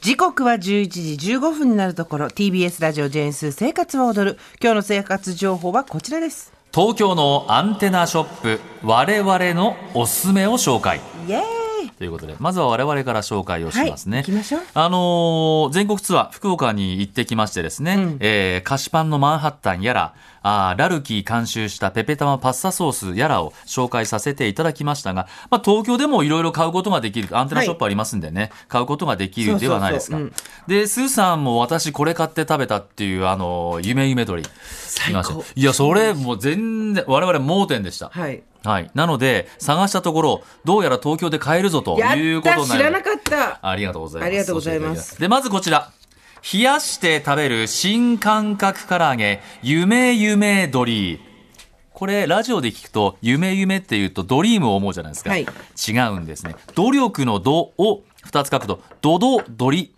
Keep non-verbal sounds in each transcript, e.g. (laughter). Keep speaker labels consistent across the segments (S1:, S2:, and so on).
S1: 時刻は11時15分になるところ TBS ラジオジェーンスー生活は踊る今日の生活情報はこちらです
S2: 東京のアンテナショップ我々のおすすめを紹介
S1: イエーイ
S2: ということでまずは我々から紹介をしますね、
S1: はい行きましょう
S2: あのー全国ツアー福岡に行ってきましてですね、えー菓子パンのマンハッタンやらあーラルキー監修したペペタマパスタソースやらを紹介させていただきましたが、まあ、東京でもいろいろ買うことができるアンテナショップありますんでね、買うことができるではないですか
S1: そうそう
S2: でスーさんも私これ買って食べたっていうあのー夢夢鳥
S1: 最高
S2: 聞きましたいやそれもう全然我々盲点でした、
S1: はい
S2: はい。なので、探したところ、どうやら東京で買えるぞと
S1: や
S2: いう
S1: っ
S2: こと
S1: た
S2: にな
S1: 知
S2: り
S1: らなかった
S2: ありがとうございます。
S1: ありがとうございます
S2: 教えてただきで、まずこちら。冷やして食べる新感覚唐揚げ、夢夢ドリー。これ、ラジオで聞くと、夢夢って言うとドリームを思うじゃないですか。
S1: はい
S2: 違うんですね。努力の度を2つ書くと、ドドドリ。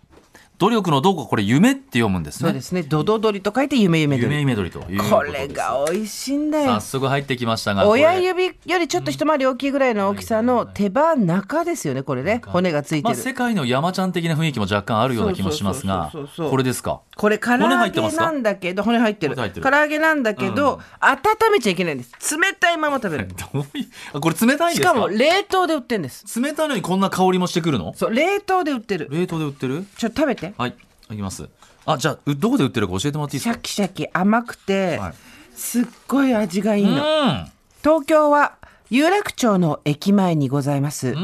S2: 努力の度がこれ夢って読むんです
S1: そう
S2: ね。
S1: ですねドドドリと書いて夢夢ド
S2: 夢
S1: リ
S2: 夢ドリということです。
S1: これが美味しいんだよ
S2: 早速入ってきましたが。
S1: 親
S2: これ
S1: 指よりちょっと一回り大きいぐらいの大きさの手羽中ですよねこれね骨がついて
S2: まあ、
S1: る、
S2: 世界の山ちゃん的な雰囲気も若干あるような気もしますが
S1: そうそうそうそうそう
S2: これですか (laughs)
S1: これ唐
S2: 骨入
S1: 揚
S2: って
S1: げ
S2: ますか
S1: なんだけど骨入ってる
S2: 骨入ってる
S1: 唐揚げなんだけど、温めちゃいけないんです冷たいまま食べる
S2: どういうあこれ冷たいん
S1: し
S2: ですか
S1: かも冷凍で売ってるんです
S2: 冷たいのにこんな香りもしてくるの
S1: そう冷凍で売ってる
S2: 冷凍で売ってる
S1: ちょっと食べて
S2: はいいきますあじゃあうどこで売ってるか教えてもらっていい
S1: シ
S2: です
S1: ャ
S2: か
S1: キシャキ甘くて、
S2: はい
S1: すっごい味がいいの、
S2: うん
S1: 東京は有楽町の駅前にございます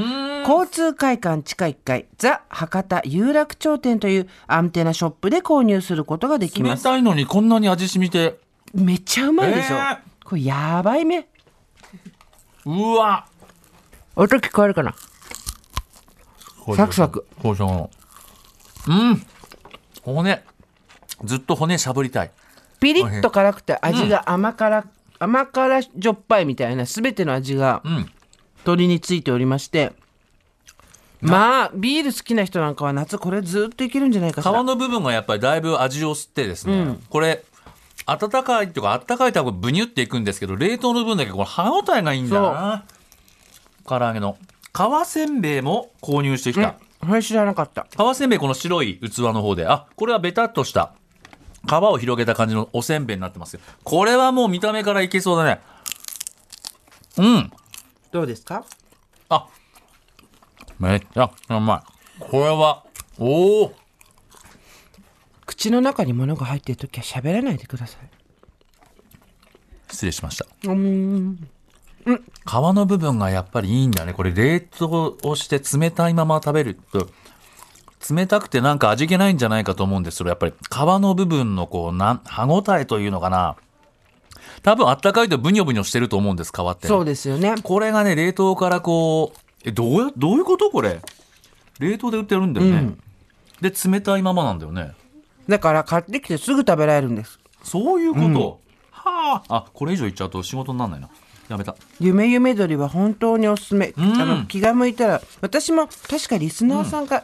S1: 交通会館地下1階ザ博多有楽町店というアンテナショップで購入することができま
S2: 冷
S1: す
S2: たいのにこんなに味しみて
S1: めっちゃうまいでしょ、
S2: えー
S1: これやばいめ
S2: うわ
S1: 音聞こえるかなサクサク
S2: こうしよううん骨ずっと骨しゃぶりたい
S1: ピリッと辛くて味が甘辛、甘辛じょっぱいみたいな全ての味が
S2: ん
S1: 鶏についておりまして、まあビール好きな人なんかは夏これずっといけるんじゃないか
S2: 皮
S1: しら
S2: の部分がやっぱりだいぶ味を吸ってですね、これ温かいとか温かいとこブニュっていくんですけど冷凍の部分だけこれ歯応えがいいんだよな唐揚げの皮せんべいも購入してきた、
S1: これ知らなかった
S2: 皮せんべいこの白い器の方であこれはベタっとした皮を広げた感じのおせんべいになってますけどこれはもう見た目からいけそうだねうん
S1: どうですか
S2: あめっちゃうまいこれはおお
S1: 口の中に物が入っている時は喋らないでください
S2: 失礼しました
S1: うーん
S2: 皮の部分がやっぱりいいんだね。これ冷凍をして冷たいまま食べると、冷たくてなんか味気ないんじゃないかと思うんですけど、やっぱり皮の部分のこう、なん、歯応えというのかな。多分あったかいとブニョブニョしてると思うんです、皮って。
S1: そうですよね
S2: これがね、冷凍からこう、え、どうや、どういうことこれ。冷凍で売ってるんだよね。で、冷たいままなんだよね。
S1: だから買ってきてすぐ食べられるんです
S2: そういうこと。はあ。あ、これ以上言っちゃうと仕事にならないな。やめた。
S1: 夢夢鳥は本当におすすめ、あの気が向いたら私も確かリスナーさんが、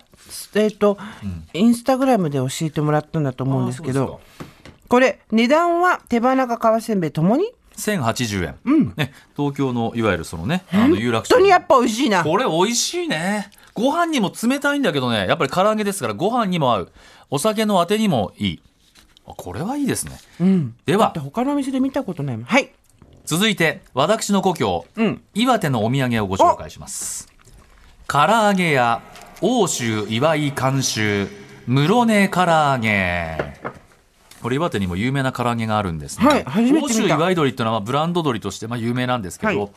S1: えっ、と、インスタグラムで教えてもらったんだと思うんですけ
S2: あそう
S1: ど
S2: ですか
S1: これ値段は手羽中かわせんべいともに
S2: 1080円、ね、東京のいわゆるそのねあの有楽町
S1: 本当にやっぱ美味しいな
S2: これ美味しいねご飯にも冷たいんだけどねやっぱり唐揚げですからご飯にも合うお酒のあてにもいいあこれはいいですね、では
S1: 他のお店で見たことないもんはい
S2: 続いて私の故郷、岩手のお土産をご紹介します唐揚げ屋欧州岩井監修室根唐揚げこれ岩手にも有名な唐揚げがあるんですね、
S1: はい初めて見た
S2: 欧州岩井鶏っていうのはブランド鶏としてまあ有名なんですけど、
S1: はい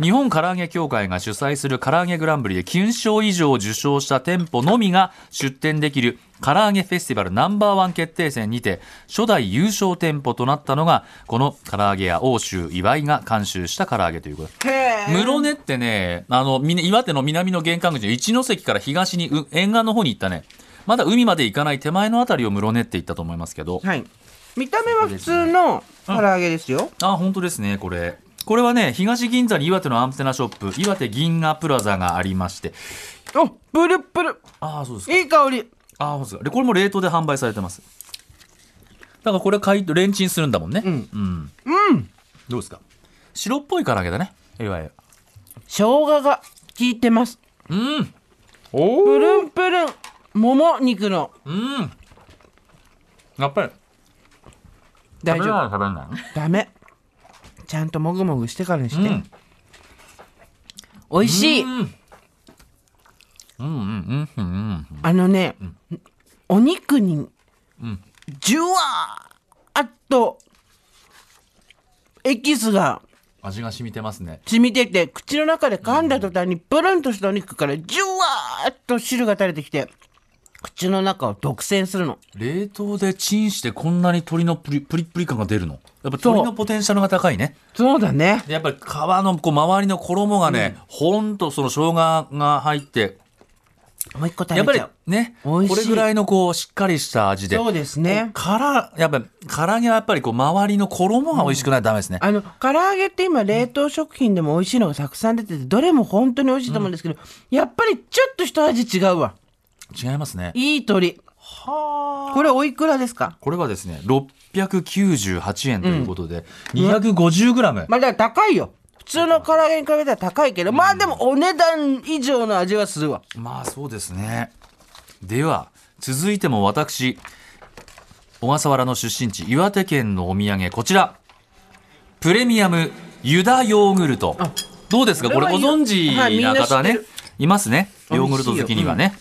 S2: 日本唐揚げ協会が主催する唐揚げグランプリで金賞以上を受賞した店舗のみが出店できる唐揚げフェスティバルナンバーワン決定戦にて初代優勝店舗となったのがこの唐揚げ屋欧州岩井が監修した唐揚げということ
S1: へえ
S2: 室根ってね、あの、み岩手の南の玄関口の一関から東にう沿岸の方に行ったね、まだ海まで行かない手前のあたりを室根って言ったと思いますけど、
S1: はい見た目は普通の唐揚げですよ、
S2: あ、本当ですね、これ。これはね、東銀座に岩手のアンテナショップ、岩手銀河プラザがありまして、
S1: おプルプル
S2: ああ、そうですか。
S1: いい香り
S2: ああ、そうですか。で、これも冷凍で販売されてます。だからこれ買い、レンチンするんだもんね。うん。うん。どうですか白っぽい唐揚げだね、いわゆる。
S1: 生姜が効いてます
S2: うん
S1: プルンプルンもも肉の
S2: うん。やっぱり。
S1: 大丈夫
S2: 食べない
S1: ダメちゃんともぐもぐしてからにして、
S2: うん
S1: 美味しい、
S2: うん。うんうんうんうん
S1: あのね、お肉にじゅわーっとエキスが
S2: 味が染みてますね。
S1: 染みてて口の中で噛んだ途端にプルンとしたお肉からじゅわーっと汁が垂れてきて口の中を独占するの
S2: 冷凍でチンしてこんなに鶏のプリプリプリ感が出るの。やっぱ鶏のポテンシャルが高いね。
S1: そうだね
S2: でやっぱり皮のこう周りの衣がね、ほんとその生姜が入って、
S1: もう一個食
S2: やっぱ
S1: べち
S2: り
S1: ゃう
S2: ね、
S1: 美
S2: こ
S1: 味しい
S2: れぐらいのこうしっかりした味で。
S1: そうですね
S2: から、やっぱり唐揚げはやっぱりこう周りの衣が美味しくないとダメですね。
S1: あの唐揚げって今冷凍食品でも美味しいのがたくさん出ててどれも本当に美味しいと思うんですけど、やっぱりちょっと一味違うわ
S2: 違いますね。
S1: いい鶏
S2: はあ。
S1: これおいくらですか
S2: これはですね、698円ということで、250グラム。
S1: まあだから高いよ普通の唐揚げに比べたら高いけど、まあでもお値段以上の味はするわ
S2: まあそうですね。では、続いても私、小笠原の出身地、岩手県のお土産、こちら。プレミアムユダヨーグルト。どうですかこ
S1: これ
S2: れ
S1: は
S2: ご存知
S1: はいみん
S2: な
S1: な知
S2: 方
S1: って
S2: ね
S1: る、
S2: いますね。
S1: 美味しいよ
S2: ヨーグルト好きにはね。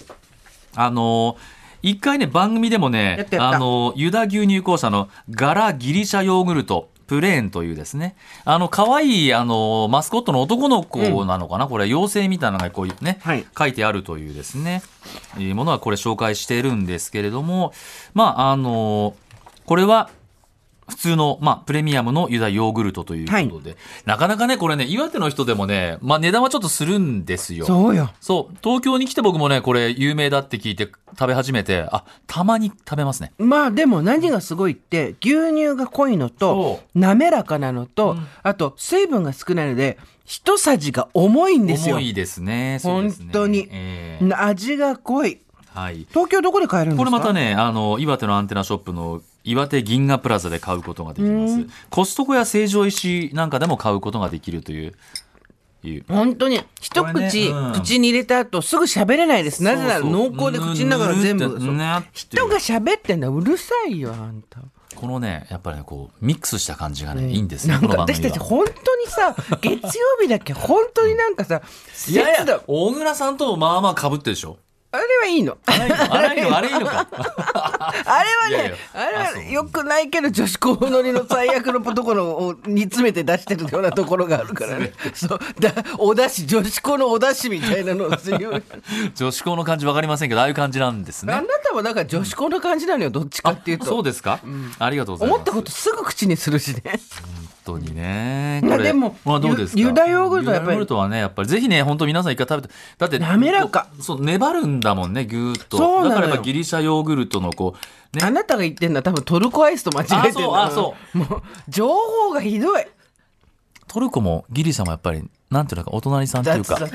S2: あのー、一回ね、番組でも
S1: やっ
S2: ね
S1: た、やった
S2: あのー、ユダ牛乳公社のガラギリシャヨーグルト。プレーンというですね。あの、可愛い、あのー、マスコットの男の子なのかな、これ、妖精みたいなのがこういうね、
S1: はい
S2: 書いてあるというですね、えーものはこれ紹介しているんですけれども、まあ、あのーこれは、普通の、まあ、プレミアムのユダヨーグルトということで、なかなかね、これね、岩手の人でもね、まあ、値段はちょっとするんですよ。
S1: そうよ
S2: そう。東京に来て僕もね、これ有名だって聞いて食べ始めて、あ、たまに食べますね。
S1: まあでも何がすごいって牛乳が濃いのと
S2: そ
S1: 滑らかなのと、あと水分が少ないので一さじが重いんですよ
S2: 重いですね。そうですね
S1: 本当に
S2: ええ
S1: 味が濃い
S2: はい。
S1: 東京どこで買えるんですか
S2: これまたね、あの、岩手のアンテナショップの岩手銀河プラザで買うことができます。コストコや成城石井なんかでも買うことができるという。いう
S1: 本当に一
S2: これね
S1: 口、
S2: うん
S1: 口に入れた後すぐ喋れないですなぜなら
S2: そうそう
S1: 濃厚で口の中が全部
S2: ぬるぬるって
S1: そう
S2: ねって
S1: 人が喋ってんだうるさいよあんた
S2: このね、やっぱりね、こう、ミックスした感じがね、いいんですね、
S1: な
S2: こ
S1: ん
S2: の
S1: か
S2: 番
S1: 私
S2: 組
S1: たち
S2: は。
S1: 本当に
S2: (laughs)
S1: さ月曜日だけ本当になんかさ
S2: いやい
S1: 節
S2: や
S1: 度、
S2: 大倉さんともまあまあ被ってるでしょ。
S1: あれはいいのあれ
S2: 荒いの、荒いの、荒いのか。
S1: (laughs) はい
S2: やい
S1: ね
S2: や
S1: あれ
S2: あそう
S1: はよくないけど女子高乗りの最悪のところを煮詰めて出してるようなところがあるから
S2: (laughs)
S1: ねそうだお出汁女子高のお出汁みたいなのをするよう
S2: 女子校の感じわかりませんけど、ああいう感じなんです
S1: なあ
S2: ね。
S1: なたはなんか女子高の感じなのよどっちかっていうと
S2: そうですか、ありがとうございます。
S1: 思ったことすぐ口にするしね。
S2: 本当にね。
S1: まあ
S2: これ
S1: でも
S2: まあどうですか
S1: ユユダヨーグルトはやっぱり
S2: ユダヨーグルトはね、やっぱりぜひね、本当皆さん一回食べて、だって、
S1: 滑らか
S2: こう。そう、粘るんだもんね、ぎゅーっと。
S1: そうなのよ
S2: だからやっぱギリシャヨーグルトのこう、ね
S1: あ、なたが言ってんのは多分トルコアイスと間違えてる
S2: あそう
S1: もう情報がひどい
S2: トルコもギリシャもやっぱり、なんていうのか、お隣さんってい
S1: 雑
S2: うか。
S1: 雑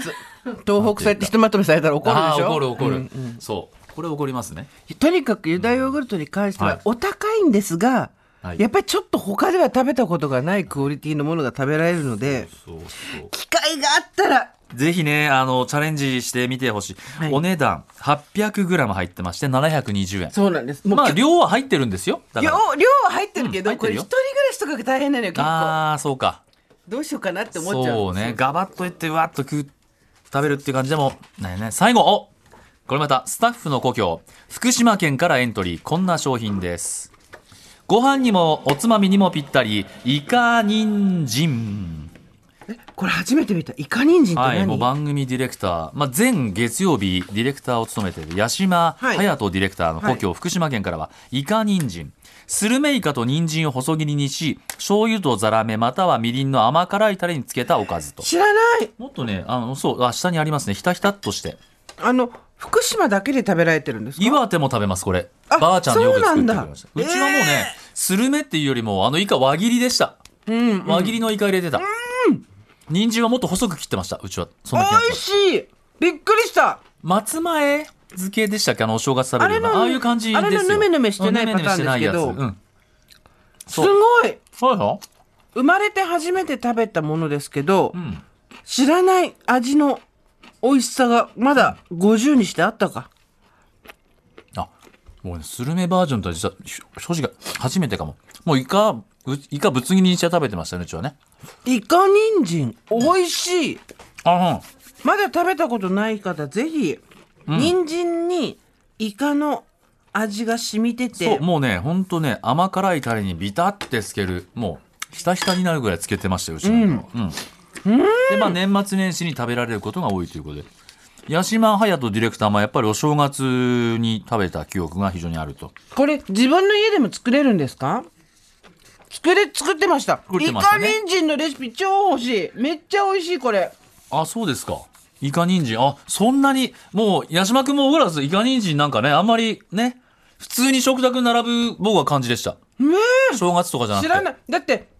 S1: 東北さってひとまとめされたら怒るで
S2: あ
S1: し
S2: ー
S1: ょ
S2: 怒る怒る、
S1: うん
S2: そう。これ怒りますね。
S1: とにかくユダヨーグルトに関して
S2: はい
S1: はお高いんですが、
S2: はい
S1: やっぱりちょっと他では食べたことがないクオリティのものが食べられるので
S2: そうそう。
S1: 機会があったら
S2: ぜひね、あの、チャレンジしてみてほしい。
S1: はい
S2: お値段、800g 入ってまして、720円。
S1: そうなんですもう、
S2: まあ、量は入ってるんですよ。だ
S1: 量
S2: から。
S1: 量は入ってるけど、
S2: うん入っ
S1: こ
S2: て
S1: れ一
S2: るよ
S1: 人暮らしとかが大変なのよ結構
S2: ああ、そうか。
S1: どうしようかなって思っちゃう
S2: そうね。ガバッといって、わっと食う、食べるっていう感じでも、ないね。最後、おこれまた、スタッフの故郷、福島県からエントリー。こんな商品です。ご飯にも、おつまみにもぴったり、イカ人参。
S1: えこれ初めて見たイカ人参って何、
S2: はい、もう番組ディレクター、まあ、前月曜日ディレクターを務めている八島
S1: はい
S2: 隼人ディレクターの故郷、福島県からはイカ人参スルメイカと人参を細切りにし醤油とザラメまたはみりんの甘辛いタレにつけたおかずと
S1: 知らない
S2: もっとねあのそうあ下にありますねひたひたっとして
S1: あの福島だけで食べられてるんですか
S2: 岩手も食べますこれ
S1: あ
S2: ばあちゃんのよく作ってくれまし
S1: そ
S2: た
S1: う
S2: う
S1: なんだ
S2: ちはもうね、スルメっていうよりもあのイカ輪切りでした、
S1: うん
S2: 輪切りのイカ入れてた人参はもっと細く切ってましたうちはそんな気がします
S1: 美味しいびっくりした
S2: 松前漬けでしたっけあのお正月食べ
S1: あ
S2: るよ
S1: れ
S2: うな
S1: の
S2: ああいう感じですよ
S1: あれのヌメヌメしてないパターンですけど
S2: ヌメヌメしてないやつうん
S1: す
S2: そう
S1: ごい
S2: そうよ、
S1: 生まれて初めて食べたものですけど、
S2: うん、
S1: 知らない味の美味しさがまだ50にしてあったか
S2: もうね、スルメバージョンとは実は、し正直初めてかも。もうイカ、うイカぶつ切りにして食べてましたね、うちはね。
S1: イカ人参美味しい
S2: あ、
S1: まだ食べたことない方ぜひ、人参にイカの味が染みて
S2: うん。そ
S1: て
S2: う、もうね、ほんとね、甘辛いタレにビタってつける、もう、ひたひたになるぐらいつけてましたよ、うちの子はうん。で、まあ年末年始に食べられることが多いということで。八島隼人ディレクターもやっぱりお正月に食べた記憶が非常にあると。
S1: これ自分の家でも作れるんですか作れ作ってました
S2: 作って
S1: イ
S2: ました
S1: カ
S2: ね
S1: 人参のレシピ超欲しいめっちゃ美味しいこれ
S2: あ、そうですか。イカ人参。あ、そんなに、もう、八島君もオーラスイカ人参なんかね、あんまりね、普通に食卓に並ぶ僕は感じでした。
S1: ね
S2: 正月とかじゃなく
S1: 知
S2: て。
S1: らないだって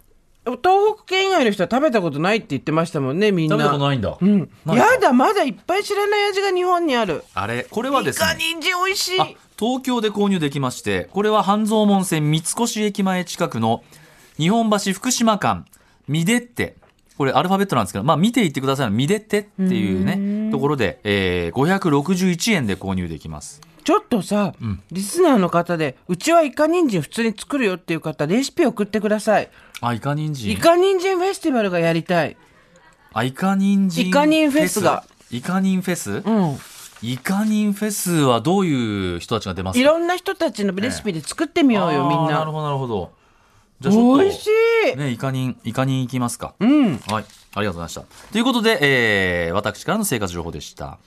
S1: 東北圏以外の人は食べたことないって言ってましたもんねみんな
S2: 食べたことないんだ。う
S1: うんやだまだいっぱい知らない味が日本にある
S2: あれ、これは
S1: イ
S2: です
S1: カ
S2: ね、
S1: 人参美味しい
S2: あ東京で購入できまして、これは半蔵門線三越駅前近くの日本橋福島間、ミデッテ。これアルファベットなんですけど、まあ見ていってください。ミデッテっていうね、ところで、えー、561円で購入できます。
S1: ちょっとさ、リスナーの方でうちはイカ人参普通に作るよっていう方レシピ送ってください
S2: あ、イカ人参。
S1: イカ人参フェスティバルがやりたい
S2: あ、イカ人参
S1: イカ人フェスが。
S2: イカ人フェス
S1: うん
S2: イカ人フェスはどういう人たちが出ます
S1: い
S2: か
S1: ろんな人たちのレシピで作ってみようよ、
S2: あー
S1: みん
S2: な
S1: な
S2: るほど、なるほど。じゃあちょっと。
S1: 美味しい、
S2: ね、イカ人、イカ人いきますか。
S1: うん
S2: はい。ありがとうございました。ということで、えー、私からの生活情報でした。